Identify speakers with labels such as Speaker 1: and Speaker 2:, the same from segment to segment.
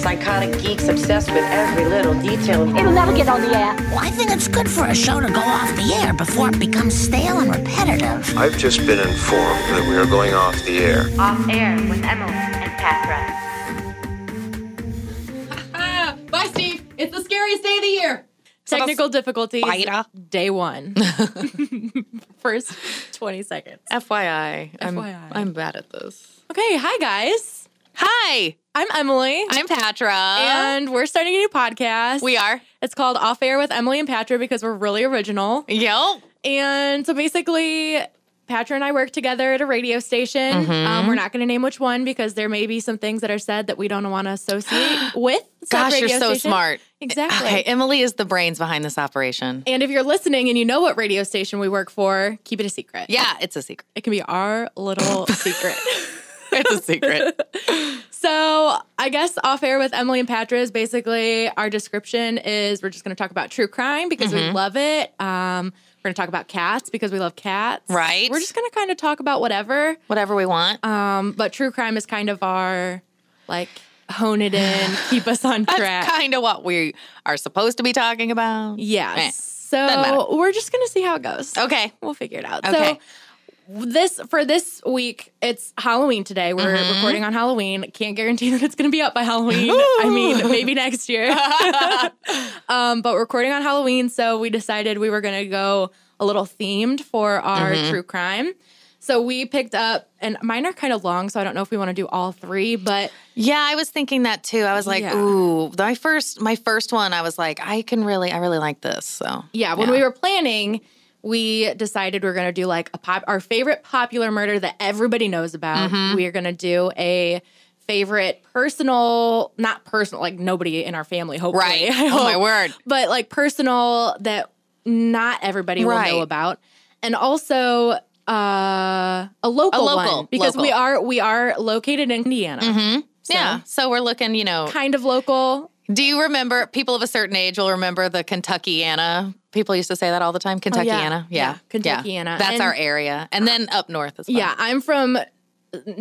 Speaker 1: psychotic geeks obsessed with every little detail.
Speaker 2: It'll never get on the air.
Speaker 3: Well, I think it's good for a show to go off the air before it becomes stale and repetitive.
Speaker 4: I've just been informed that we are going off the air.
Speaker 5: Off air with Emily and Pat
Speaker 6: Bye, Steve. It's the scariest day of the year.
Speaker 7: Technical difficulties.
Speaker 8: Spider.
Speaker 7: Day one. First 20 seconds.
Speaker 8: FYI, I'm,
Speaker 7: FYI.
Speaker 8: I'm bad at this.
Speaker 7: Okay. Hi, guys.
Speaker 8: Hi,
Speaker 7: I'm Emily.
Speaker 8: I'm Patra.
Speaker 7: and we're starting a new podcast.
Speaker 8: we are.
Speaker 7: It's called Off Air with Emily and Patra because we're really original.
Speaker 8: Yep.
Speaker 7: And so basically, Patra and I work together at a radio station. Um, we're not going to name which one because there may be some things that are said that we don't want to associate with. said
Speaker 8: Gosh, you're
Speaker 7: radio
Speaker 8: so
Speaker 7: station.
Speaker 8: smart.
Speaker 7: Exactly.
Speaker 8: Okay, Emily is the brains behind this operation.
Speaker 7: And if you're listening and you know what radio station we work for, keep it a secret.
Speaker 8: Yeah, it's a secret.
Speaker 7: It can be our little secret.
Speaker 8: It's a secret.
Speaker 7: So, I guess off air with Emily and Patra is basically our description is we're just going to talk about true crime because
Speaker 8: Mm-hmm.
Speaker 7: we love it. Um, we're going to talk about cats because we love cats.
Speaker 8: Right.
Speaker 7: We're just going to kind of talk about whatever.
Speaker 8: Whatever we want.
Speaker 7: Um, but true crime is kind of our like hone it in, keep us on track.
Speaker 8: That's kind of what we are supposed to be talking about.
Speaker 7: yes.
Speaker 8: Eh, doesn't matter.
Speaker 7: So, we're just going to see how it goes.
Speaker 8: Okay.
Speaker 7: We'll figure it out.
Speaker 8: Okay.
Speaker 7: So this for this week, it's Halloween today. We're recording on Halloween. Can't guarantee that it's going to be up by Halloween. I mean, maybe next year. um, but we're recording on Halloween, so we decided we were going to go a little themed for our true crime. So we picked up, and mine are kind of long, so I don't know if we want to do all three, but
Speaker 8: Yeah, I was thinking that too. I was like,
Speaker 7: Yeah.
Speaker 8: ooh, my first my first one, I was like, I can really I really like this. So
Speaker 7: Yeah, when we were planning, we decided we are going to do like a pop our favorite popular murder that everybody knows about.
Speaker 8: Mm-hmm.
Speaker 7: We are going to do a favorite personal, not personal, like nobody in our family, hopefully.
Speaker 8: Right.
Speaker 7: I
Speaker 8: Oh, my
Speaker 7: hope.
Speaker 8: word.
Speaker 7: But like personal that not everybody will
Speaker 8: Right.
Speaker 7: know about. And also uh a local,
Speaker 8: local,
Speaker 7: one because we
Speaker 8: local. Mm-hmm.
Speaker 7: are we are located in Indiana.
Speaker 8: yeah. So we're looking, you know,
Speaker 7: Kind of local.
Speaker 8: Do you remember people of a certain age will remember the Kentucky Anna? People used to say that all the time. Kentucky
Speaker 7: Oh, yeah.
Speaker 8: Anna.
Speaker 7: Yeah,
Speaker 8: Yeah.
Speaker 7: Kentucky Anna.
Speaker 8: That's
Speaker 7: And-
Speaker 8: our area. And then up north as well.
Speaker 7: Yeah, I'm from uh,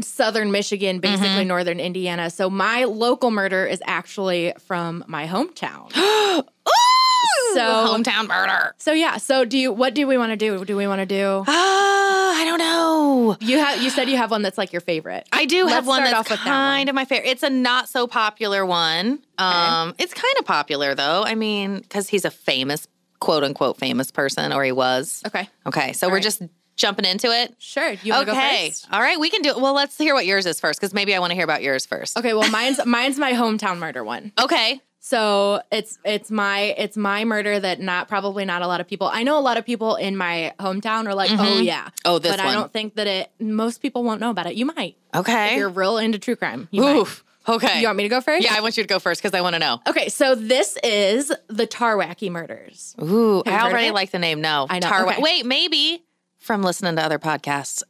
Speaker 7: southern Michigan, basically
Speaker 8: Mm-hmm.
Speaker 7: northern Indiana. So my local murder is actually from my hometown.
Speaker 8: The
Speaker 7: so
Speaker 8: hometown murder.
Speaker 7: so yeah. So do you what do we want to do? Do we want to do
Speaker 8: Ah, I don't know.
Speaker 7: you have you said you have one that's like your favorite.
Speaker 8: I do
Speaker 7: Let's
Speaker 8: have one
Speaker 7: start
Speaker 8: that's
Speaker 7: off with that
Speaker 8: kind of my favorite. It's a not so popular one. Um, it's kind of popular though. I mean, because he's a famous, quote unquote, famous person, or he was.
Speaker 7: Okay.
Speaker 8: Okay. So we're just jumping into it.
Speaker 7: Sure. You want to
Speaker 8: okay.
Speaker 7: go first?
Speaker 8: All right. We can do it. Well, let's hear what yours is first, because maybe I want to hear about yours first.
Speaker 7: Okay, well mine's mine's my hometown murder one.
Speaker 8: Okay.
Speaker 7: So it's it's my it's my murder that not probably not a lot of people. I know a lot of people in my hometown are like, "Oh yeah."
Speaker 8: Oh, this
Speaker 7: but I
Speaker 8: one.
Speaker 7: don't think that it most people won't know about it. You might.
Speaker 8: Okay.
Speaker 7: If you're real into true crime. You might.
Speaker 8: Oof. Okay.
Speaker 7: You want me to go first?
Speaker 8: Yeah, I want you to go first because I want to know.
Speaker 7: Okay, so this is the Tarwacky murders.
Speaker 8: Ooh,
Speaker 7: you
Speaker 8: I
Speaker 7: heard of
Speaker 8: already
Speaker 7: it?
Speaker 8: like the name. No,
Speaker 7: I know,
Speaker 8: Tarwa-
Speaker 7: okay.
Speaker 8: Wait, maybe from listening to other podcasts.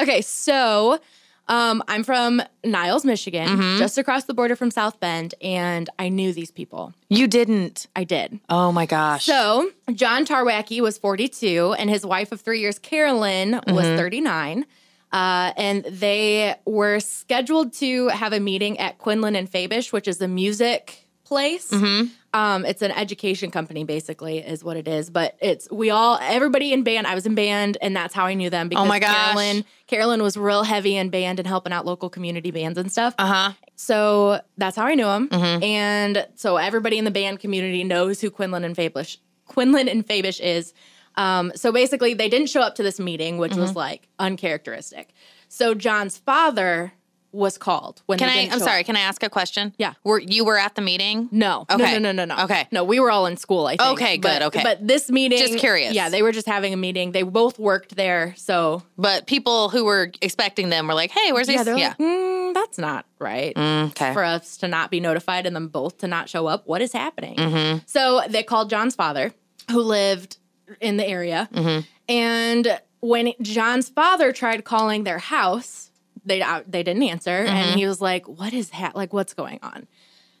Speaker 7: Okay, so um, I'm from Niles, Michigan, just across the border from South Bend, and I knew these people.
Speaker 8: you didn't.
Speaker 7: I did.
Speaker 8: Oh my gosh.
Speaker 7: So John Tarwacky was 42, and his wife of three years, Carolyn, was
Speaker 8: Mm-hmm.
Speaker 7: 39. Uh, and they were scheduled to have a meeting at Quinlan and Fabish, which is a music place.
Speaker 8: Mm-hmm.
Speaker 7: Um, it's an education company, basically, is what it is. But it's we all, everybody in band. I was in band, and that's how I knew them. Because
Speaker 8: Oh my gosh.
Speaker 7: Carolyn, Carolyn was real heavy in band and helping out local community bands and stuff.
Speaker 8: uh huh.
Speaker 7: So that's how I knew him.
Speaker 8: Mm-hmm.
Speaker 7: And so everybody in the band community knows who Quinlan and Fabish Quinlan and Fabish is. Um, so basically they didn't show up to this meeting, which
Speaker 8: Mm-hmm.
Speaker 7: was like uncharacteristic. So John's father was called when
Speaker 8: Can
Speaker 7: they
Speaker 8: I?
Speaker 7: didn't
Speaker 8: I'm
Speaker 7: show
Speaker 8: sorry.
Speaker 7: up.
Speaker 8: Can I ask a question?
Speaker 7: Yeah.
Speaker 8: Were you were at the meeting?
Speaker 7: No,
Speaker 8: Okay.
Speaker 7: no, no, no, no, no.
Speaker 8: Okay.
Speaker 7: no. We were all in school. I think.
Speaker 8: Okay, good,
Speaker 7: But-
Speaker 8: okay.
Speaker 7: But this meeting,
Speaker 8: Just curious.
Speaker 7: Yeah, they were just having a meeting. They both worked there, so
Speaker 8: But people who were expecting them were like, "Hey, where's
Speaker 7: yeah,
Speaker 8: this?" Mm,
Speaker 7: they're like, mm, that's not right.
Speaker 8: okay.
Speaker 7: for us to not be notified and them both to not show up. What is happening?
Speaker 8: Mm-hmm.
Speaker 7: So they called John's father, who lived in the area.
Speaker 8: Mm-hmm.
Speaker 7: And when John's father tried calling their house, they uh, they didn't answer,
Speaker 8: Mm-hmm.
Speaker 7: and he was like, "What is that? Like, what's going on?"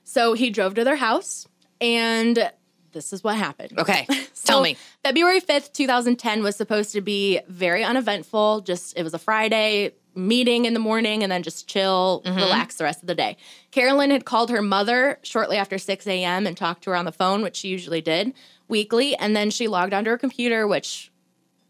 Speaker 7: So he drove to their house, and this is what happened.
Speaker 8: okay. Tell
Speaker 7: So
Speaker 8: me.
Speaker 7: February 5th, 2010 was supposed to be very uneventful. Just it was a Friday. meeting in the morning and then just chill,
Speaker 8: Mm-hmm.
Speaker 7: relax the rest of the day. Carolyn had called her mother shortly after 6 a.m. and talked to her on the phone, which she usually did weekly. And then she logged onto her computer, which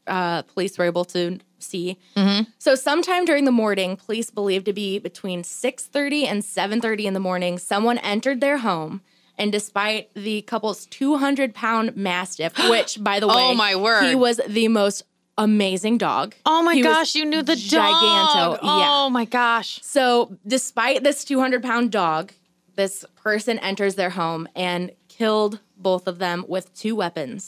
Speaker 7: uh, police were able to see.
Speaker 8: Mm-hmm.
Speaker 7: So sometime during the morning, police believed to be between 6:30 and 7:30 in the morning, someone entered their home and despite the couple's 200-pound mastiff, which by the way,
Speaker 8: Oh, my word.
Speaker 7: he was the most amazing dog.
Speaker 8: Oh my
Speaker 7: He was
Speaker 8: gosh, you knew the
Speaker 7: giganto,
Speaker 8: dog.
Speaker 7: yeah.
Speaker 8: Oh my gosh.
Speaker 7: So, despite this 200-pound dog, this person enters their home and killed both of them with two weapons.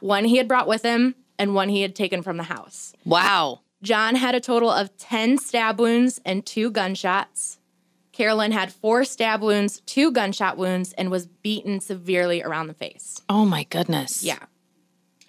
Speaker 7: One he had brought with him and one he had taken from the house.
Speaker 8: Wow.
Speaker 7: John had a total of 10 stab wounds and two gunshots. Carolyn had four stab wounds, two gunshot wounds, and was beaten severely around the face.
Speaker 8: Oh my goodness.
Speaker 7: Yeah.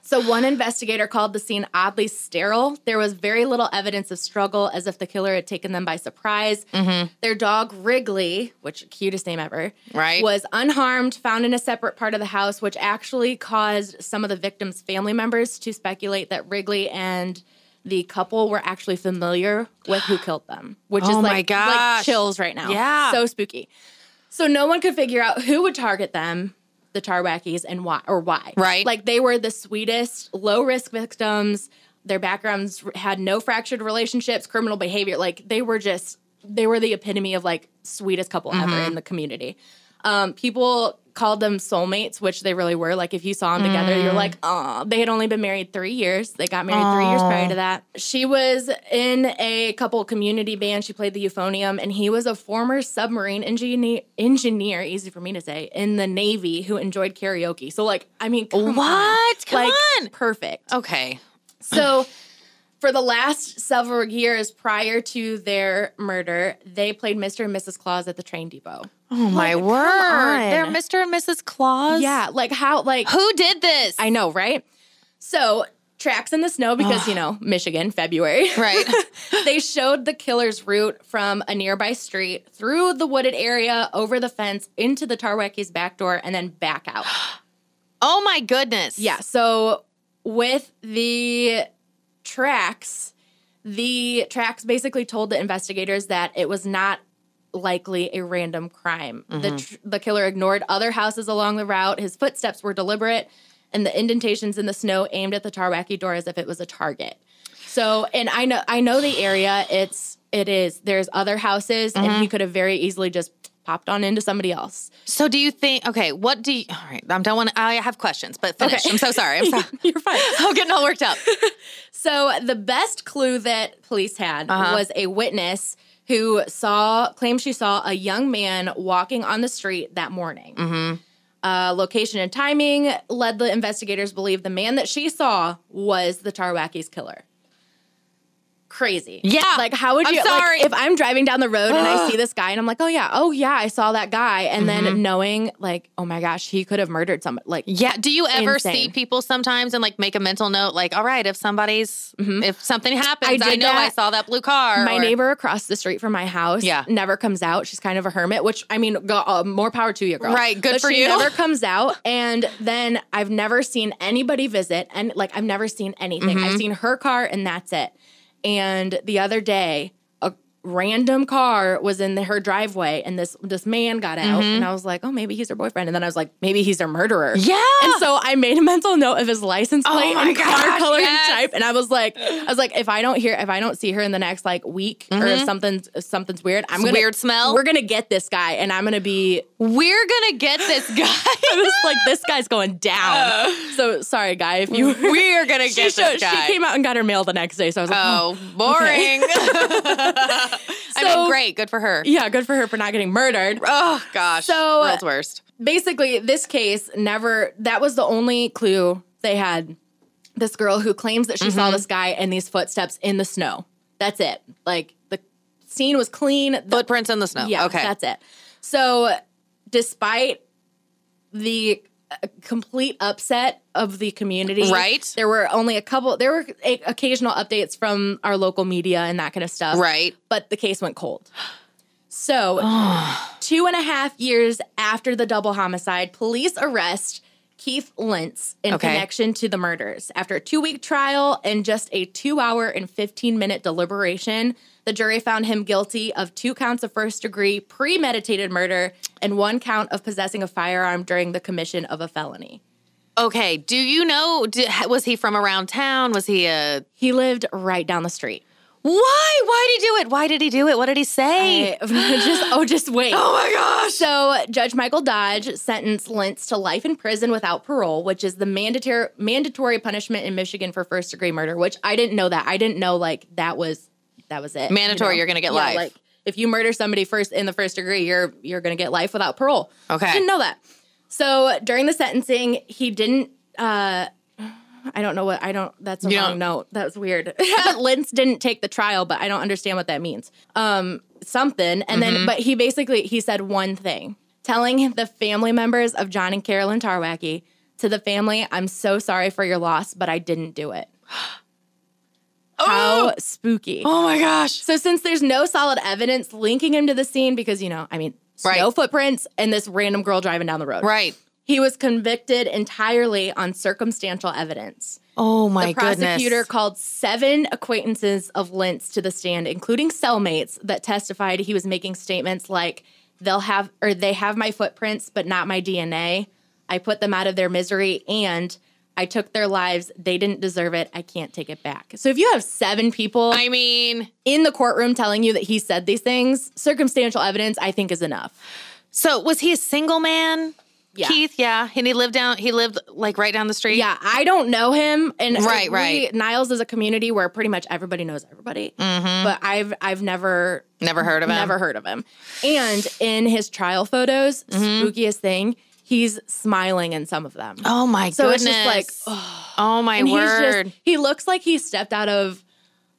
Speaker 7: So, one investigator called the scene oddly sterile. There was very little evidence of struggle, as if the killer had taken them by surprise.
Speaker 8: Mm-hmm.
Speaker 7: Their dog, Wrigley, which cutest name ever,
Speaker 8: Right.
Speaker 7: was unharmed, found in a separate part of the house, which actually caused some of the victim's family members to speculate that Wrigley and the couple were actually familiar with who killed them, which is
Speaker 8: Oh my
Speaker 7: like, like
Speaker 8: gosh.
Speaker 7: chills right now.
Speaker 8: Yeah.
Speaker 7: So spooky. So, no one could figure out who would target them. The Tarwackies and why, or why,
Speaker 8: Right.
Speaker 7: Like they were the sweetest, low risk victims. Their backgrounds had no fractured relationships, criminal behavior. Like they were just, they were the epitome of like sweetest couple ever in the community. Um, people called them soulmates, which they really were. Like if you saw them together,
Speaker 8: Mm.
Speaker 7: you're like, oh, they had only been married three years. They got married three years prior to that. She was in a couple community band. She played the euphonium, and he was a former submarine engineer. Engineer, easy for me to say, in the Navy who enjoyed karaoke. So like, I mean, come on.
Speaker 8: What? Come
Speaker 7: like
Speaker 8: on. Oh.
Speaker 7: perfect.
Speaker 8: Okay.
Speaker 7: So, for the last several years prior to their murder, they played Mr. and Mrs. Claus at the train depot.
Speaker 8: Oh my word.
Speaker 7: on.
Speaker 8: They're Mr. and Mrs. Claus.
Speaker 7: Yeah, like how, like,
Speaker 8: Who did this?
Speaker 7: I know, right? So, tracks in the snow because, you know, Michigan, February.
Speaker 8: Right.
Speaker 7: they showed the killer's route from a nearby street through the wooded area, over the fence, into the Tarwacki's back door, and then back out.
Speaker 8: oh my goodness.
Speaker 7: Yeah. So with the tracks, the tracks basically told the investigators that it was not likely a random crime. The tr- the killer ignored other houses along the route. His footsteps were deliberate, and the indentations in the snow aimed at the Tarwaki door as if it was a target. So, and I know I know the area. It's it is. There's other houses, and he could have very easily just popped on into somebody else.
Speaker 8: So do you think okay, what do you all right, I'm done want I have questions, but finish. I'm so sorry. I'm sorry.
Speaker 7: You're fine.
Speaker 8: I'm getting all worked up.
Speaker 7: So the best clue that police had
Speaker 8: Uh-huh.
Speaker 7: was a witness who saw claims she saw a young man walking on the street that morning.
Speaker 8: Mm-hmm.
Speaker 7: Uh, location and timing led the investigators to believe the man that she saw was the Tarwacki's killer. Crazy.
Speaker 8: Yeah.
Speaker 7: Like, how would
Speaker 8: I'm
Speaker 7: you? like,
Speaker 8: sorry.
Speaker 7: if I'm driving down the road and I see this guy and I'm like, oh, yeah, oh, yeah, I saw that guy. And
Speaker 8: Mm-hmm.
Speaker 7: then knowing, like, oh my gosh, he could have murdered somebody. Like,
Speaker 8: Yeah. Do you ever see
Speaker 7: Insane.
Speaker 8: people sometimes and like make a mental note, like, all right, if somebody's, if something happens, I,
Speaker 7: Mm-hmm. did
Speaker 8: know I
Speaker 7: that.
Speaker 8: saw that blue car.
Speaker 7: My
Speaker 8: or-
Speaker 7: neighbor across the street from my house
Speaker 8: Yeah.
Speaker 7: never comes out. She's kind of a hermit, which I mean, go, uh, more power to you, girl.
Speaker 8: Right, good
Speaker 7: But
Speaker 8: for
Speaker 7: she
Speaker 8: you.
Speaker 7: never comes out. And then I've never seen anybody visit. And like, I've never seen anything.
Speaker 8: Mm-hmm.
Speaker 7: I've seen her car and that's it. And the other day, a random car was in the, her driveway and this this man got out.
Speaker 8: Mm-hmm.
Speaker 7: And I was like, oh, maybe he's her boyfriend. And then I was like, maybe he's her murderer.
Speaker 8: Yeah.
Speaker 7: And so I made a mental note of his license plate
Speaker 8: Oh my
Speaker 7: and car
Speaker 8: gosh,
Speaker 7: color
Speaker 8: yes.
Speaker 7: and type, and I was like, I was like, if I don't hear, if I don't see her in the next like week or if something's if something's weird, I'm gonna
Speaker 8: Mm-hmm. weird smell.
Speaker 7: We're gonna get this guy, and I'm gonna be
Speaker 8: We're going to get this
Speaker 7: I
Speaker 8: guy.
Speaker 7: was like, this guy's going down. So sorry, guy, if you.
Speaker 8: We're going to
Speaker 7: She,
Speaker 8: Oh. Mm-hmm. get this
Speaker 7: showed, she
Speaker 8: guy.
Speaker 7: came out and got her mail the next day, so I was like, oh.
Speaker 8: oh, boring. I mean,
Speaker 7: So-
Speaker 8: great. Good for her.
Speaker 7: yeah, good for her for not getting murdered."
Speaker 8: Oh, gosh.
Speaker 7: So-
Speaker 8: World's worst.
Speaker 7: basically this case never that was the only clue they had this girl who claims that she
Speaker 8: Mm-hmm.
Speaker 7: saw this guy and these footsteps in the snow that's it like the scene was clean The-
Speaker 8: Footprints in the snow.
Speaker 7: yeah
Speaker 8: Oh, Okay.
Speaker 7: that's it so despite the uh, complete upset of the community
Speaker 8: Right.
Speaker 7: there were only a couple there were a- occasional updates from our local media and that kind of stuff
Speaker 8: right. Oh,
Speaker 7: but the case went cold. So, two and a half years after the double homicide, police arrest Keith Lentz in
Speaker 8: Okay.
Speaker 7: connection to the murders. After a two week trial and just a two hour and 15 minute deliberation, the jury found him guilty of two counts of first degree premeditated murder and one count of possessing a firearm during the commission of a felony.
Speaker 8: Okay. Do you know? Do, was he from around town? Was he a?
Speaker 7: He lived right down the street.
Speaker 8: Why? Why did he do it? Why did he do it? What did he say?
Speaker 7: I- just oh, just wait.
Speaker 8: oh my gosh.
Speaker 7: So, Judge Michael Dodge sentenced Lentz to life in prison without parole, which is the mandatory mandatory punishment in Michigan for first degree murder. Which I didn't know that. I didn't know like that was that was it.
Speaker 8: Mandatory, you're gonna get
Speaker 7: Yeah,
Speaker 8: life.
Speaker 7: Like if you murder somebody first in the first degree, you're you're gonna get life without parole.
Speaker 8: Okay.
Speaker 7: didn't know that. So during the sentencing, he didn't. uh I don't know what I don't. That's a
Speaker 8: You
Speaker 7: wrong
Speaker 8: don't-
Speaker 7: note. That was weird. Lentz didn't take the trial, but I don't understand what that means. Um, something, and
Speaker 8: Mm-hmm.
Speaker 7: then but he basically he said one thing, telling the family members of John and Carolyn Tarwacky to the family, "I'm so sorry for your loss, but I didn't do it." How spooky!
Speaker 8: Oh my gosh.
Speaker 7: So since there's no solid evidence linking him to the scene, because you know, I mean,
Speaker 8: Right.
Speaker 7: no footprints and this random girl driving down the road.
Speaker 8: Right.
Speaker 7: He was convicted entirely on circumstantial evidence.
Speaker 8: Oh my
Speaker 7: The prosecutor
Speaker 8: goodness.
Speaker 7: called seven acquaintances of Lentz to the stand, including cellmates that testified he was making statements like, they'll have, or they have my footprints, but not my DNA. I put them out of their misery and I took their lives. They didn't deserve it. I can't take it back. So if you have seven people
Speaker 8: I mean,
Speaker 7: in the courtroom telling you that he said these things, circumstantial evidence, I think, is enough.
Speaker 8: so was he a single man?
Speaker 7: Yeah.
Speaker 8: Keith, yeah. And he lived down he lived like right down the street.
Speaker 7: Yeah, I don't know him, and
Speaker 8: Right,
Speaker 7: we-
Speaker 8: right.
Speaker 7: Niles is a community where pretty much everybody knows everybody,
Speaker 8: Mm-hmm.
Speaker 7: but I've I've never
Speaker 8: Never heard of him.
Speaker 7: never heard of him. And in his trial photos, spookiest thing, he's smiling in some of them.
Speaker 8: Mm-hmm. Oh my
Speaker 7: so
Speaker 8: goodness.
Speaker 7: it's just like
Speaker 8: oh my
Speaker 7: and he's
Speaker 8: word.
Speaker 7: just he looks like he stepped out of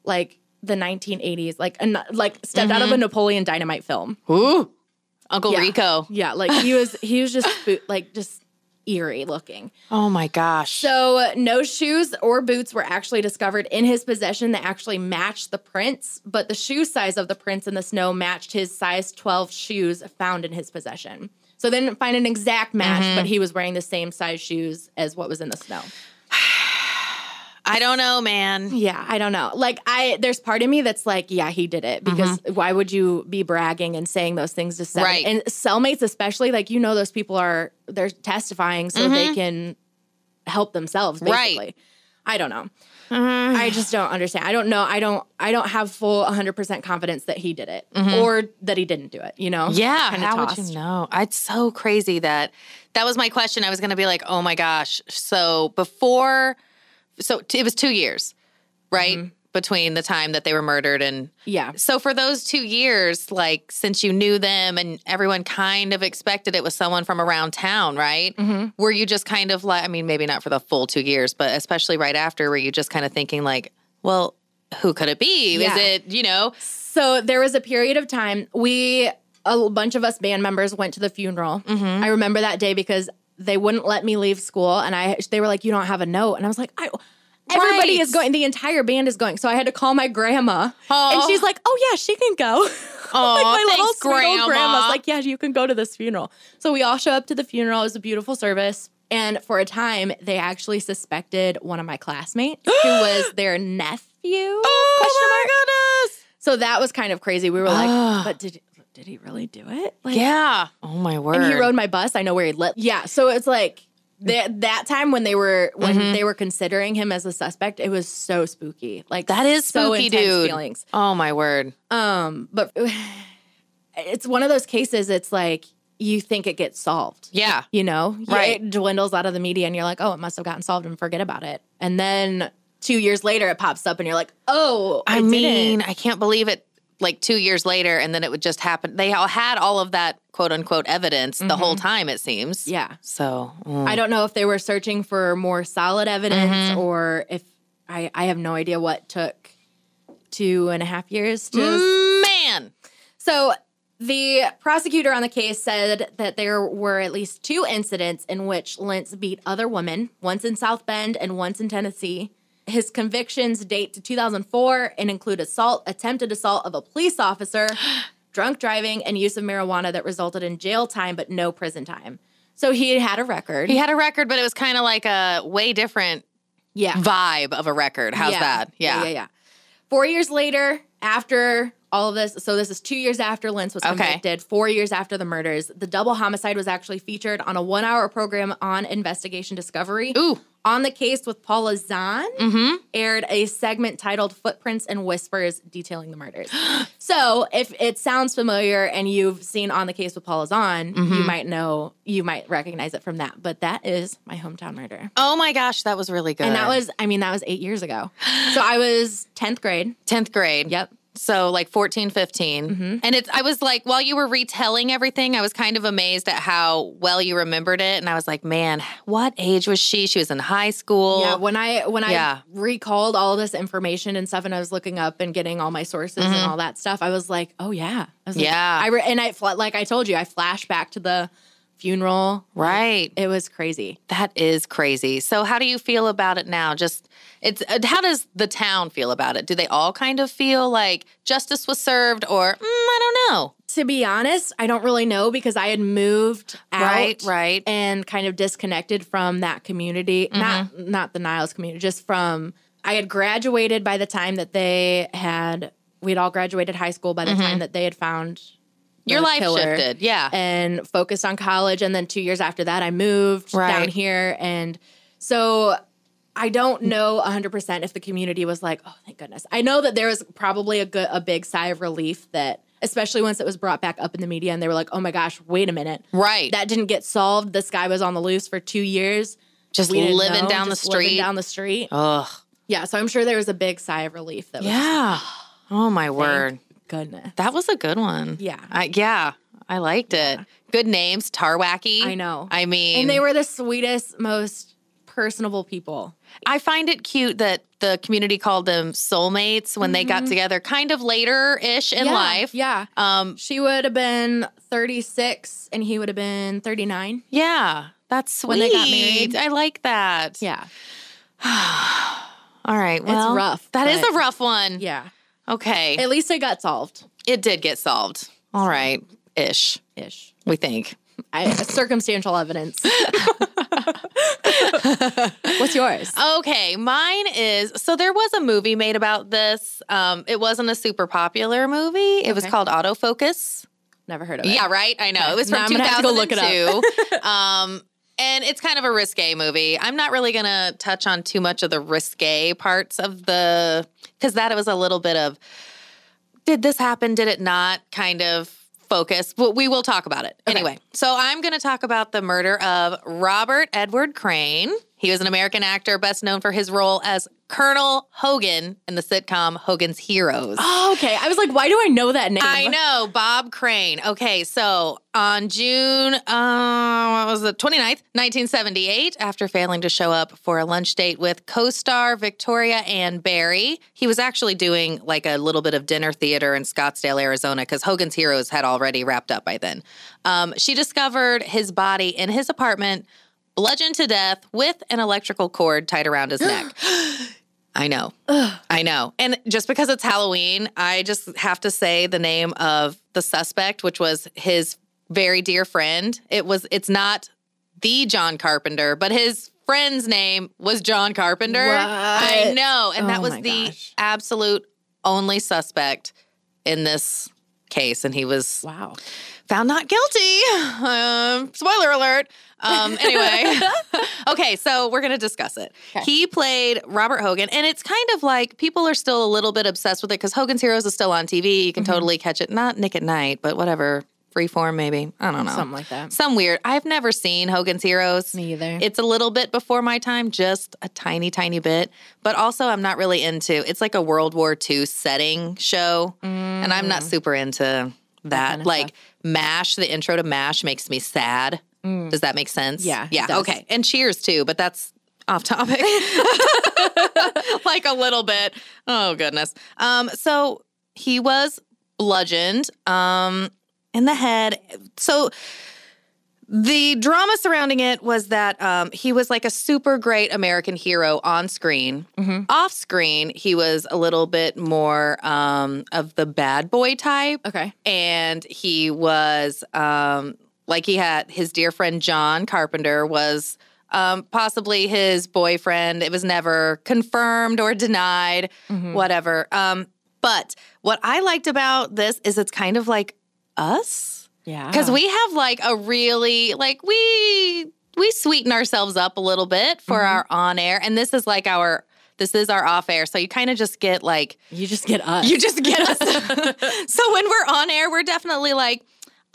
Speaker 7: like the 1980s, like a, like stepped
Speaker 8: Mm-hmm.
Speaker 7: out of a Napoleon Dynamite film.
Speaker 8: Ooh. Uncle
Speaker 7: Yeah.
Speaker 8: Rico.
Speaker 7: Yeah, like he was he was just spoo- like just eerie looking.
Speaker 8: Oh my gosh.
Speaker 7: So uh, no shoes or boots were actually discovered in his possession that actually matched the prints, but the shoe size of the prints in the snow matched his size 12 shoes found in his possession. So they didn't find an exact match, but he was wearing the same size shoes as what was in the snow.
Speaker 8: I don't know, man.
Speaker 7: Yeah, I don't know. Like I there's part of me that's like, yeah, he did it because why would you be bragging and saying those things to seven?
Speaker 8: Mm-hmm. Right.
Speaker 7: And cellmates especially, like you know those people are they're testifying so they can help themselves
Speaker 8: Mm-hmm. Right. Mm-hmm.
Speaker 7: basically. I don't know. I just don't understand. I don't know. I don't I don't have full 100% confidence that he did it or that he didn't do it, you know?
Speaker 8: Mm-hmm. Yeah.
Speaker 7: Kinda
Speaker 8: how would
Speaker 7: tossed.
Speaker 8: you know? It's so crazy that that was my question. I was gonna be like, oh my gosh. So before so t- it was two years, right?
Speaker 7: Mm-hmm.
Speaker 8: Between the time that they were murdered and
Speaker 7: Yeah.
Speaker 8: So for those two years, like since you knew them and everyone kind of expected it was someone from around town, right?
Speaker 7: Mm-hmm.
Speaker 8: Were you just kind of like, I mean, maybe not for the full two years, but especially right after, were you just kind of thinking like, well, who could it be?
Speaker 7: Yeah.
Speaker 8: Is it you know?
Speaker 7: So there was a period of time we a bunch of us band members went to the funeral.
Speaker 8: Mm-hmm.
Speaker 7: I remember that day because they wouldn't let me leave school, and I they were like, "You don't have a note," and I was like, "I." Everybody
Speaker 8: Right.
Speaker 7: is going. The entire band is going. So I had to call my grandma, and
Speaker 8: Oh.
Speaker 7: she's like, "Oh yeah, she can go."
Speaker 8: Oh,
Speaker 7: like my little
Speaker 8: thanks,
Speaker 7: sweet old
Speaker 8: Grandma.
Speaker 7: grandma's like, "Yeah, you can go to this funeral." So we all show up to the funeral. It was a beautiful service, and for a time, they actually suspected one of my classmates who was their nephew.
Speaker 8: Oh,
Speaker 7: question mark.
Speaker 8: my goodness!
Speaker 7: So that was kind of crazy. We were like,
Speaker 8: Ah.
Speaker 7: but did did he really do it? Like,
Speaker 8: Yeah. Oh my word.
Speaker 7: And he rode my bus. I know where he lived. Yeah. So it's like that that time when they were when
Speaker 8: Mm-hmm.
Speaker 7: they were considering him as a suspect, it was so spooky. Like
Speaker 8: that is
Speaker 7: so
Speaker 8: spooky,
Speaker 7: intense
Speaker 8: dude.
Speaker 7: Feelings.
Speaker 8: Oh my word.
Speaker 7: Um, but it's one of those cases. It's like you think it gets solved.
Speaker 8: Yeah.
Speaker 7: You know, Yeah,
Speaker 8: Right.
Speaker 7: It dwindles out of the media, and you're like, oh, it must have gotten solved, and forget about it. And then two years later, it pops up, and you're like, oh,
Speaker 8: I,
Speaker 7: it didn't.
Speaker 8: mean, I can't believe it. Like two years later, and then it would just happen. They all had all of that quote unquote evidence the whole time. It seems.
Speaker 7: yeah.
Speaker 8: So mm.
Speaker 7: I don't know if they were searching for more solid evidence or if I, I have no idea what took two and a half years to.
Speaker 8: Mm. man.
Speaker 7: So the prosecutor on the case said that there were at least two incidents in which Lentz beat other women, once in South Bend and once in Tennessee. His convictions date to 2004 and include assault, attempted assault of a police officer, drunk driving, and use of marijuana that resulted in jail time but no prison time. So he had a record.
Speaker 8: He had a record, but it was kind of like a way different
Speaker 7: yeah.
Speaker 8: vibe of a record. How's that?
Speaker 7: Yeah. yeah, yeah. Four years later, after all of this, so this is two years after Lentz was
Speaker 8: Okay.
Speaker 7: convicted, four years after the murders, the double homicide was actually featured on a one hour program on Investigation Discovery.
Speaker 8: Ooh. Mm-hmm.
Speaker 7: On the case with Paula Zahn, aired a segment titled Footprints and Whispers detailing the murders. so, if it sounds familiar and you've seen On the Case with Paula Zahn, you
Speaker 8: Mm-hmm.
Speaker 7: might know, you might recognize it from that. But that is my hometown murder.
Speaker 8: Oh my gosh, that was really good.
Speaker 7: And that was, I mean, that was eight years ago. So I was 10th grade.
Speaker 8: 10th grade.
Speaker 7: Yep. Mm-hmm.
Speaker 8: So like 14, 15. And it's I was like while you were retelling everything, I was kind of amazed at how well you remembered it and I was like, "Man, what age was she? She was in high school."
Speaker 7: Yeah, when I when I
Speaker 8: Yeah.
Speaker 7: recalled all this information and stuff, and I was looking up and getting all my sources and all that stuff, I was like, "Oh yeah, I was like,
Speaker 8: Mm-hmm. Yeah.
Speaker 7: I re- and I fla- like I told you, I flashed back to the funeral.
Speaker 8: right.
Speaker 7: It was crazy.
Speaker 8: That is crazy. So how do you feel about it now? Just it's uh, how does the town feel about it? Do they all kind of feel like justice was served or mm, I don't know.
Speaker 7: To be honest, I don't really know because I had moved out,
Speaker 8: Right, right.
Speaker 7: and kind of disconnected from that community. Not
Speaker 8: Mm-hmm.
Speaker 7: not the Niles community, just from. I had graduated by the time that they had. We'd all graduated high school by the time that they had found
Speaker 8: Mm-hmm. Your
Speaker 7: the
Speaker 8: life
Speaker 7: killer.
Speaker 8: shifted. Yeah.
Speaker 7: and focused on college. And then two years after that, I moved
Speaker 8: Right.
Speaker 7: down here. And so I don't know 100% if the community was like, oh, thank goodness. I know that there was probably a, good, a big sigh of relief that, especially once it was brought back up in the media and they were like, oh my gosh, wait a minute.
Speaker 8: right.
Speaker 7: That didn't get solved. This guy was on the loose for two years.
Speaker 8: just
Speaker 7: We didn't
Speaker 8: living
Speaker 7: know,
Speaker 8: down the
Speaker 7: just living
Speaker 8: street.
Speaker 7: down the street.
Speaker 8: Ugh.
Speaker 7: Yeah. So I'm sure there was a big sigh of relief that was,
Speaker 8: Yeah. Oh my word.
Speaker 7: goodness.
Speaker 8: That was a good one.
Speaker 7: Yeah.
Speaker 8: I, yeah. I liked it. Good names, Tarwacky.
Speaker 7: I know.
Speaker 8: I mean,
Speaker 7: and they were the sweetest, most personable people.
Speaker 8: I find it cute that the community called them soulmates when they got together, kind of later ish
Speaker 7: Mm-hmm.
Speaker 8: in
Speaker 7: Yeah,
Speaker 8: life.
Speaker 7: Yeah.
Speaker 8: Um,
Speaker 7: She would have been 36 and he would have been 39.
Speaker 8: yeah. That's sweet.
Speaker 7: When they got married.
Speaker 8: I like that.
Speaker 7: Yeah.
Speaker 8: All right. Well,
Speaker 7: rough,
Speaker 8: That is
Speaker 7: but-
Speaker 8: a rough one.
Speaker 7: Yeah.
Speaker 8: Okay. It,
Speaker 7: At least it got solved
Speaker 8: did get solved. All right. Ish,
Speaker 7: ish.
Speaker 8: we think.
Speaker 7: I, circumstantial evidence. What's yours?
Speaker 8: Okay, mine is so there was a movie made about this. Um, it wasn't a super popular movie. It was
Speaker 7: Okay.
Speaker 8: called Autofocus.
Speaker 7: Never heard of it.
Speaker 8: Yeah, right. I know it was
Speaker 7: Now
Speaker 8: from
Speaker 7: I'm
Speaker 8: 2002.
Speaker 7: gonna have to go look it
Speaker 8: um, and it's kind of a risque movie. I'm not really gonna touch on too much of the risque parts of the because that was a little bit of did this happen? Did it not? Kind of focus, but we will talk about it anyway. So I'm going to talk about the murder of Robert Edward Crane. He was an American actor, best known for his role as Colonel Hogan in the sitcom Hogan's Heroes.
Speaker 7: Oh, okay. I was like, why do I know that name?
Speaker 8: I know, Bob Crane. Okay, so on June, uh, what was it, 29th, 1978, after failing to show up for a lunch date with co star Victoria Ann Barry, he was actually doing like a little bit of dinner theater in Scottsdale, Arizona, because Hogan's Heroes had already wrapped up by then. Um, she discovered his body in his apartment, bludgeoned to death with an electrical cord tied around his neck. I know. I know. And just because it's Halloween, I just have to say the name of the suspect, which was his very dear friend. It was it's not the John Carpenter, but his friend's name was John Carpenter.
Speaker 7: What?
Speaker 8: I know. And that
Speaker 7: Oh
Speaker 8: was
Speaker 7: my
Speaker 8: the
Speaker 7: gosh.
Speaker 8: absolute only suspect in this case. And he was
Speaker 7: Wow.
Speaker 8: found not guilty. Um, spoiler alert. Um, anyway, okay, so we're going to discuss it. He played Robert Hogan, and it's kind of like people are still a little bit obsessed with it because Hogan's Heroes is still on TV. You can totally catch it. Not Nick at Night, but whatever. Freeform, maybe. I don't know.
Speaker 7: Something like that.
Speaker 8: Some weird. I've never seen Hogan's Heroes.
Speaker 7: Me either.
Speaker 8: It's a little bit before my time, just a tiny, tiny bit. But also, I'm not really into. It's like a World War II setting show, and I'm not super into that. like Mash, the intro to Mash makes me sad. Does that make sense?
Speaker 7: Yeah, it
Speaker 8: yeah,
Speaker 7: does.
Speaker 8: okay. And Cheers too, but that's off topic. like a little bit. Oh goodness. Um, so he was bludgeoned um in the head. So the drama surrounding it was that um, he was like a super great American hero on screen.
Speaker 7: Mm-hmm.
Speaker 8: Off screen, he was a little bit more um, of the bad boy type
Speaker 7: Okay.
Speaker 8: and he was um Like he had his dear friend John Carpenter was um, possibly his boyfriend. It was never confirmed or denied, whatever. Um, but what I liked about this is it's kind of like us
Speaker 7: Yeah.
Speaker 8: because we have like a really like we we sweeten ourselves up a little bit for our on air and this is like our this is our off air so you kind of just get like
Speaker 7: you just get us.
Speaker 8: you just get us so when we're on air we're definitely like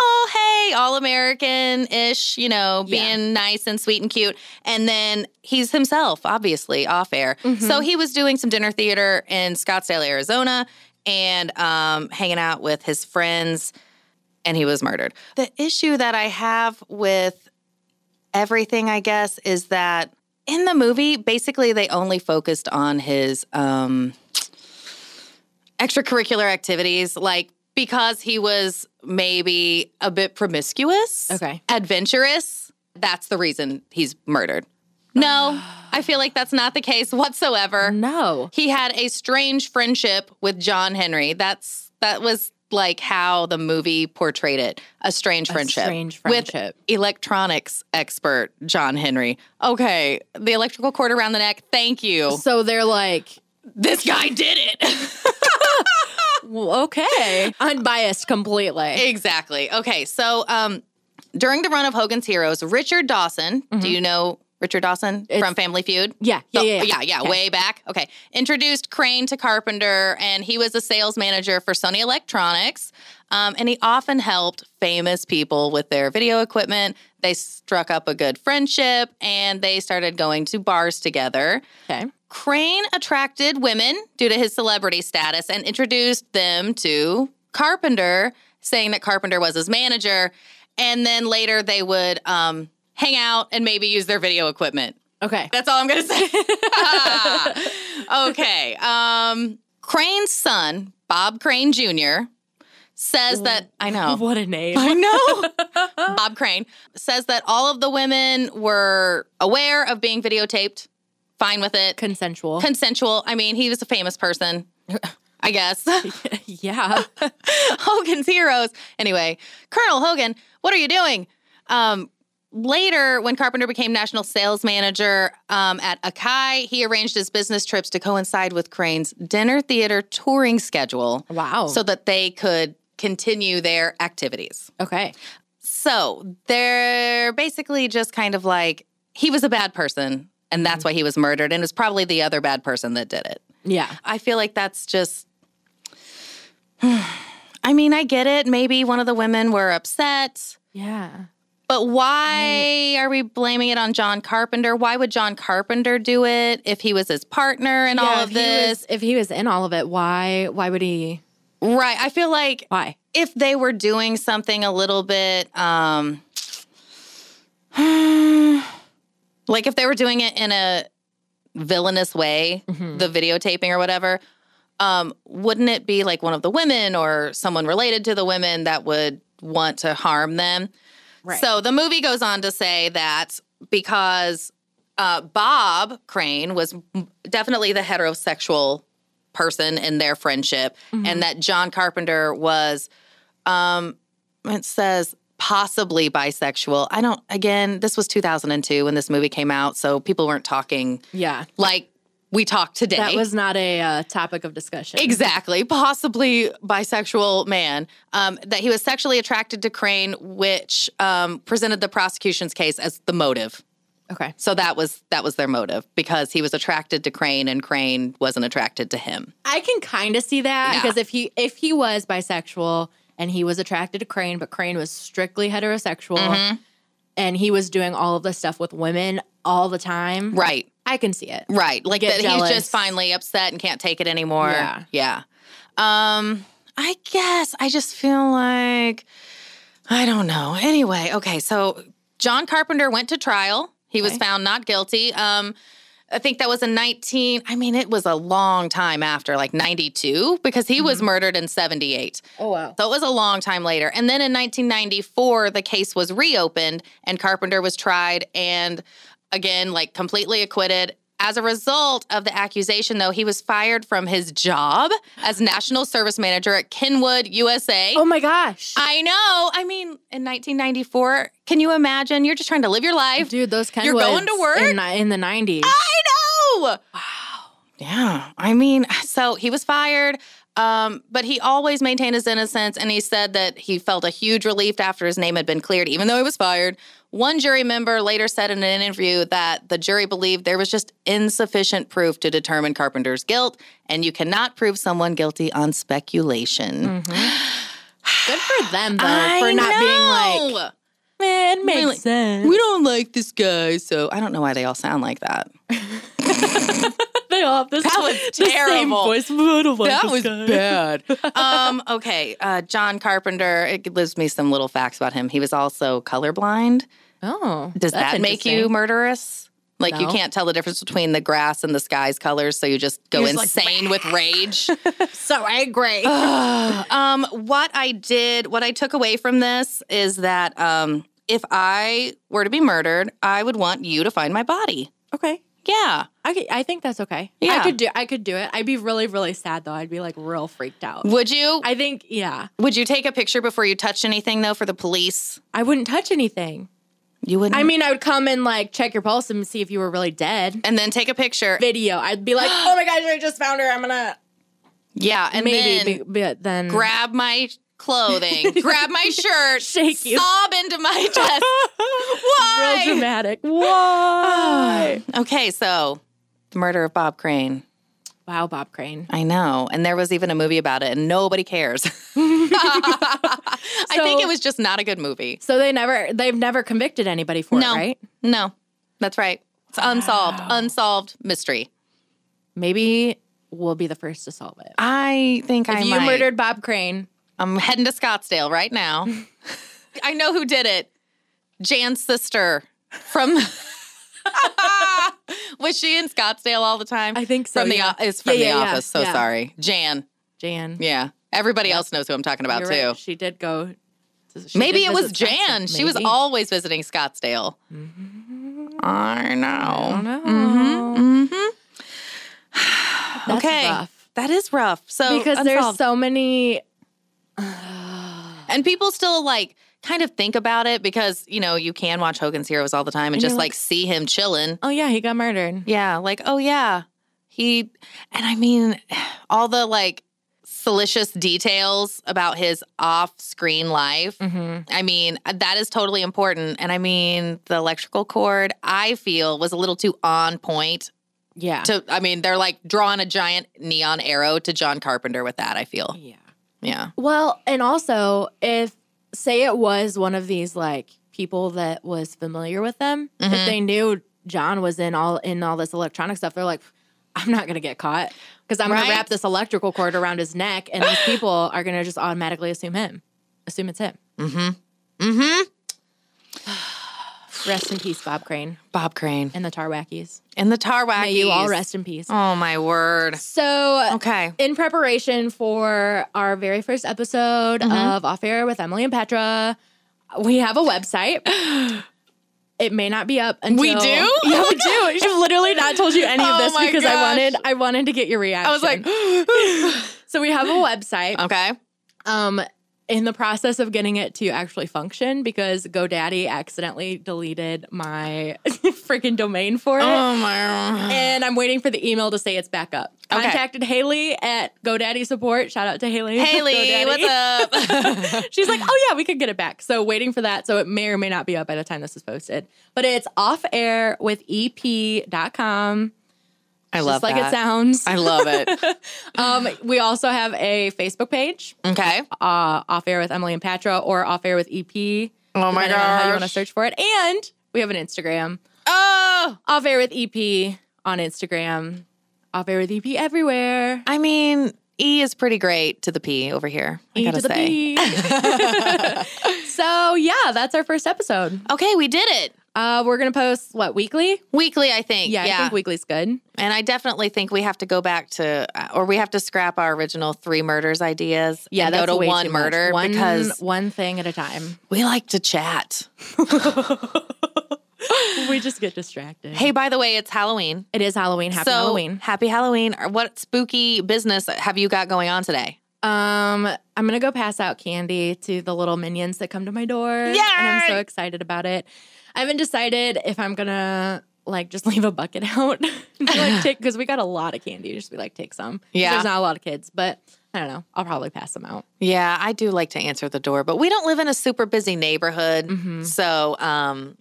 Speaker 8: oh hey all american ish you know
Speaker 7: Yeah.
Speaker 8: being nice and sweet and cute and then he's himself obviously off air so he was doing some dinner theater in scottsdale arizona and um, hanging out with his friends and he was murdered. The issue that I have with everything, I guess, is that in the movie, basically they only focused on his um, extracurricular activities, like because he was maybe a bit promiscuous,
Speaker 7: Okay.
Speaker 8: adventurous. That's the reason he's murdered. No, I feel like that's not the case whatsoever.
Speaker 7: no.
Speaker 8: He had a strange friendship with John Henry. That's that was like how the movie portrayed it. A strange friendship.
Speaker 7: strange friendship.
Speaker 8: With electronics expert John Henry. Okay, the electrical cord around the neck. Thank you.
Speaker 7: So they're like,
Speaker 8: This guy did it.
Speaker 7: well, okay, unbiased completely.
Speaker 8: exactly. Okay, so um during the run of Hogan's Heroes, Richard Dawson,
Speaker 7: Mm-hmm.
Speaker 8: do you know Richard Dawson from Family Feud?
Speaker 7: Yeah, yeah,
Speaker 8: The-
Speaker 7: yeah, yeah.
Speaker 8: yeah, way back. Okay. Introduced Crane to Carpenter, and he was a sales manager for Sony Electronics. Um, and he often helped famous people with their video equipment. They struck up a good friendship and they started going to bars together.
Speaker 7: Okay.
Speaker 8: Crane attracted women due to his celebrity status and introduced them to Carpenter, saying that Carpenter was his manager. And then later they would um, hang out and maybe use their video equipment.
Speaker 7: Okay.
Speaker 8: That's all I'm going to say. Ah. okay. Um, Crane's son, Bob Crane Jr., says that I know.
Speaker 7: What a name.
Speaker 8: I know. Bob Crane says that all of the women were aware of being videotaped, fine with it,
Speaker 7: Consensual.
Speaker 8: consensual. I mean, he was a famous person, I guess.
Speaker 7: yeah.
Speaker 8: Hogan's heroes. Anyway, Colonel Hogan, what are you doing? Um, later, when Carpenter became national sales manager um, at Akai, he arranged his business trips to coincide with Crane's dinner theater touring schedule
Speaker 7: Wow.
Speaker 8: so that they could continue their activities.
Speaker 7: okay.
Speaker 8: So they're basically just kind of like, he was a bad person, and that's why he was murdered, and it was probably the other bad person that did it.
Speaker 7: Yeah.
Speaker 8: I feel like that's just. I mean, I get it. Maybe one of the women were upset,
Speaker 7: Yeah.
Speaker 8: but
Speaker 7: Mm.
Speaker 8: why are we blaming it on John Carpenter? Why would John Carpenter do it if he was his partner in all
Speaker 7: Yeah,
Speaker 8: of
Speaker 7: if he was-
Speaker 8: this?
Speaker 7: if he was in all of it, why? Why would he?
Speaker 8: right. I feel like
Speaker 7: Why?
Speaker 8: if they were doing something a little bit um like if they were doing it in a villainous way
Speaker 7: Mm-hmm.
Speaker 8: the videotaping or whatever um wouldn't it be like one of the women or someone related to the women that would want to harm them
Speaker 7: Right.
Speaker 8: so the movie goes on to say that because uh, bob crane was m- definitely the heterosexual person in their friendship
Speaker 7: Mm-hmm.
Speaker 8: and that John Carpenter was um it says possibly bisexual. I don't again, this was 2002 when this movie came out, so people weren't talking
Speaker 7: Yeah.
Speaker 8: like we talk today.
Speaker 7: That was not a uh, topic of discussion.
Speaker 8: Exactly, possibly bisexual man. Um, that he was sexually attracted to Crane, which um, presented the prosecution's case as the motive.
Speaker 7: okay.
Speaker 8: So that was that was their motive because he was attracted to Crane and Crane wasn't attracted to him.
Speaker 7: I can kind of see that
Speaker 8: Yeah.
Speaker 7: because if he if he was bisexual and he was attracted to Crane, but Crane was strictly heterosexual, and he was doing all of this stuff with women all the time,
Speaker 8: Right.
Speaker 7: I can see it.
Speaker 8: Right. Like
Speaker 7: Get
Speaker 8: that
Speaker 7: jealous.
Speaker 8: he's just finally upset and can't take it anymore.
Speaker 7: Yeah.
Speaker 8: Yeah. Um, I guess I just feel like I don't know. Anyway, okay, so John Carpenter went to trial. He was found not guilty. Um I think that was in 19 I mean it was a long time after like 92 because he
Speaker 7: Mm-hmm.
Speaker 8: was murdered in 78.
Speaker 7: Oh wow.
Speaker 8: So it was a long time later. And then in 1994, the case was reopened and Carpenter was tried and again, like completely acquitted. As a result of the accusation, though, he was fired from his job as national service manager at Kenwood, USA.
Speaker 7: Oh my gosh.
Speaker 8: I know. I mean, in 1994, can you imagine? You're just trying to live your life.
Speaker 7: Dude, those Kenwoods.
Speaker 8: You're going to work?
Speaker 7: in, ni- in the nineties.
Speaker 8: I know. Wow. Yeah. I mean, so he was fired, um, but he always maintained his innocence. And he said that he felt a huge relief after his name had been cleared, even though he was fired. One jury member later said in an interview that the jury believed there was just insufficient proof to determine Carpenter's guilt, and you cannot prove someone guilty on speculation.
Speaker 7: Good for them though
Speaker 8: I
Speaker 7: for not being
Speaker 8: know.
Speaker 7: like man makes
Speaker 8: Really?
Speaker 7: sense.
Speaker 8: we don't like this guy, so I don't know why they all sound like that.
Speaker 7: they all have this,
Speaker 8: That was
Speaker 7: the same
Speaker 8: terrible.
Speaker 7: voice. We don't like
Speaker 8: that
Speaker 7: this
Speaker 8: was
Speaker 7: guy.
Speaker 8: bad. um, okay, uh, John Carpenter. It gives me some little facts about him. He was also colorblind.
Speaker 7: Oh,
Speaker 8: Does
Speaker 7: that's
Speaker 8: that make
Speaker 7: interesting.
Speaker 8: you murderous? Like you
Speaker 7: No.
Speaker 8: can't tell the difference between the grass and the sky's colors, so you just go
Speaker 7: You're just like,
Speaker 8: insane with rage.
Speaker 7: so angry?
Speaker 8: um, what I did, what I took away from this is that um, if I were to be murdered, I would want you to find my body.
Speaker 7: okay.
Speaker 8: Yeah.
Speaker 7: I, could- I think that's okay. I
Speaker 8: Yeah.
Speaker 7: could do I could do it. I'd be really really sad though. I'd be like real freaked out.
Speaker 8: Would you?
Speaker 7: I think yeah.
Speaker 8: Would you take a picture before you touched anything though for the police?
Speaker 7: I wouldn't touch anything.
Speaker 8: You wouldn't.
Speaker 7: I mean, I would come and like check your pulse and see if you were really dead.
Speaker 8: and then take a picture.
Speaker 7: Video. I'd be like, oh my gosh, I just found her. I'm gonna
Speaker 8: Yeah, and
Speaker 7: maybe,
Speaker 8: then
Speaker 7: be- mm. but then
Speaker 8: grab my clothing, grab my shirt,
Speaker 7: Shake you.
Speaker 8: sob into my chest. Why?
Speaker 7: real dramatic. Why?
Speaker 8: Okay, so the murder of Bob Crane.
Speaker 7: wow, Bob Crane.
Speaker 8: I know, and there was even a movie about it, and nobody cares. I
Speaker 7: So-
Speaker 8: think it was just not a good movie.
Speaker 7: So they never they've never convicted anybody for
Speaker 8: No,
Speaker 7: it, right?
Speaker 8: no, that's right. It's unsolved, unsolved mystery.
Speaker 7: Maybe we'll be the first to solve it.
Speaker 8: I think I
Speaker 7: If you
Speaker 8: might.
Speaker 7: murdered Bob Crane,
Speaker 8: I'm heading to Scottsdale right now. I know who did it. Jan's sister from. was she in Scottsdale all the time?
Speaker 7: I think so,
Speaker 8: From the
Speaker 7: yeah.
Speaker 8: o- is from
Speaker 7: Yeah, yeah,
Speaker 8: the
Speaker 7: yeah,
Speaker 8: office. So
Speaker 7: yeah.
Speaker 8: sorry, Jan.
Speaker 7: Jan.
Speaker 8: Yeah, everybody else knows who I'm talking about
Speaker 7: You're
Speaker 8: too.
Speaker 7: right. She did go. she
Speaker 8: Maybe
Speaker 7: did
Speaker 8: it was
Speaker 7: visit Scottsdale.
Speaker 8: Jan. She was
Speaker 7: Maybe. Mm-hmm.
Speaker 8: always visiting Scottsdale. I know.
Speaker 7: No. Oh. That's
Speaker 8: Mm-hmm. okay,
Speaker 7: rough.
Speaker 8: that is rough. So
Speaker 7: Because there's
Speaker 8: unsolved.
Speaker 7: so many.
Speaker 8: And people still like kind of think about it because, you know, you can watch Hogan's Heroes all the time and,
Speaker 7: you're
Speaker 8: just
Speaker 7: like-
Speaker 8: like see him chilling.
Speaker 7: Oh yeah, he got murdered.
Speaker 8: Yeah, like, oh yeah. He and I mean all the like salacious details about his off-screen life.
Speaker 7: Mm. Mm-hmm.
Speaker 8: I mean, uh, that is totally important. And I mean, the electrical cord I feel was a little too on point.
Speaker 7: Yeah.
Speaker 8: To I mean, they're like drawing a giant neon arrow to John Carpenter with that, I feel.
Speaker 7: yeah.
Speaker 8: Yeah.
Speaker 7: Well, and also if say it was one of these like people that was familiar with them, if they knew John was in all in all this electronic stuff, they're like, I'm not gonna get caught because I'm
Speaker 8: Right.
Speaker 7: gonna wrap this electrical cord around his neck, and these people are gonna just automatically assume him, assume it's him. Mm-hmm. Mm-hmm. rest in peace, Bob Crane
Speaker 8: Bob Crane.
Speaker 7: and the Tarwackies.
Speaker 8: And the tar
Speaker 7: May you all rest in peace.
Speaker 8: Oh my word.
Speaker 7: So
Speaker 8: Okay.
Speaker 7: in preparation for our very first episode
Speaker 8: Mm-hmm.
Speaker 7: of Off Air with Emily and Petra, we have a website. It may not be up until
Speaker 8: We do?
Speaker 7: Yeah, we do. I've literally not told you any of
Speaker 8: Oh
Speaker 7: this
Speaker 8: my
Speaker 7: because I
Speaker 8: gosh.
Speaker 7: wanted I wanted to get your reaction.
Speaker 8: I was like,
Speaker 7: so we have a website.
Speaker 8: okay.
Speaker 7: Um, in the process of getting it to actually function because GoDaddy accidentally deleted my freaking domain for it
Speaker 8: Oh my.
Speaker 7: and I'm waiting for the email to say it's back up.
Speaker 8: Okay.
Speaker 7: Contacted Haley at GoDaddy Support. Shout out to Haley. with
Speaker 8: Haley,
Speaker 7: GoDaddy.
Speaker 8: what's up?
Speaker 7: She's like, oh yeah, we could get it back. So waiting for that. So it may or may not be up by the time this is posted. But it's off air with E ep.com.
Speaker 8: I
Speaker 7: just like it sounds.
Speaker 8: I love it.
Speaker 7: Um, we also have a Facebook page,
Speaker 8: Okay.
Speaker 7: uh, off air with Emily and Patra or off air with EP.
Speaker 8: Oh my
Speaker 7: depending on how you
Speaker 8: gosh.
Speaker 7: want to search for it. And we have an Instagram.
Speaker 8: Oh,
Speaker 7: Off air with EP on Instagram. Off air with EP everywhere.
Speaker 8: I mean, E is pretty great to the P over here. I
Speaker 7: E
Speaker 8: gotta
Speaker 7: to the
Speaker 8: say.
Speaker 7: P. so yeah, that's our first episode.
Speaker 8: Okay, we did it
Speaker 7: Uh, we're gonna post what weekly?
Speaker 8: weekly. I think.
Speaker 7: Yeah, I think weekly's good.
Speaker 8: and I definitely think we have to go back to, uh, or we have to scrap our original three murders ideas.
Speaker 7: Yeah,
Speaker 8: and
Speaker 7: that's
Speaker 8: go to
Speaker 7: way
Speaker 8: one
Speaker 7: too much.
Speaker 8: murder
Speaker 7: one,
Speaker 8: because
Speaker 7: one thing at a time.
Speaker 8: we like to chat.
Speaker 7: we just get distracted.
Speaker 8: Hey, by the way, it's Halloween.
Speaker 7: It is Halloween. Happy
Speaker 8: so,
Speaker 7: Halloween.
Speaker 8: Happy Halloween. Or What spooky business have you got going on today?
Speaker 7: Um, I'm gonna go pass out candy to the little minions that come to my door.
Speaker 8: Yay!
Speaker 7: And I'm so excited about it. I haven't decided if I'm gonna like just leave a bucket out. like take because we got a lot of candy. Just be like, take some. 'Cause
Speaker 8: Yeah.
Speaker 7: There's not a lot of kids, but I don't know. I'll probably pass them out.
Speaker 8: Yeah, I do like to answer the door, but we don't live in a super busy neighborhood.
Speaker 7: Mm-hmm.
Speaker 8: So um,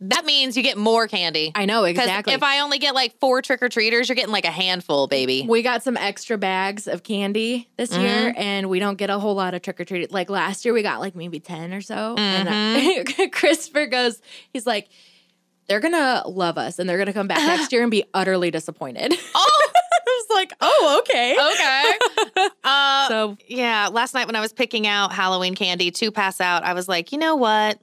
Speaker 8: that means you get more candy.
Speaker 7: I know,
Speaker 8: 'Cause
Speaker 7: exactly.
Speaker 8: If I only get like four trick or treaters, you're getting like a handful, baby.
Speaker 7: We got some extra bags of candy this
Speaker 8: Mm-hmm.
Speaker 7: year, and we don't get a whole lot of trick or treat. Like last year, we got like maybe 10 or so. And uh, Christopher goes, he's like, they're gonna love us and they're gonna come back next year and be utterly disappointed.
Speaker 8: Oh,
Speaker 7: I was like, oh, okay.
Speaker 8: okay. uh,
Speaker 7: So,
Speaker 8: Yeah, last night when I was picking out Halloween candy to pass out, I was like, you know what?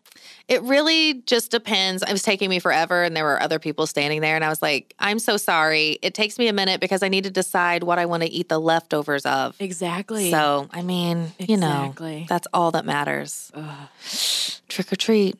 Speaker 8: It really just depends. It was taking me forever, and there were other people standing there, and I was like, I'm so sorry. It takes me a minute because I need to decide what I want to eat the leftovers of.
Speaker 7: exactly.
Speaker 8: So, I mean, you know,
Speaker 7: Exactly.
Speaker 8: that's all that matters. Trick or treat.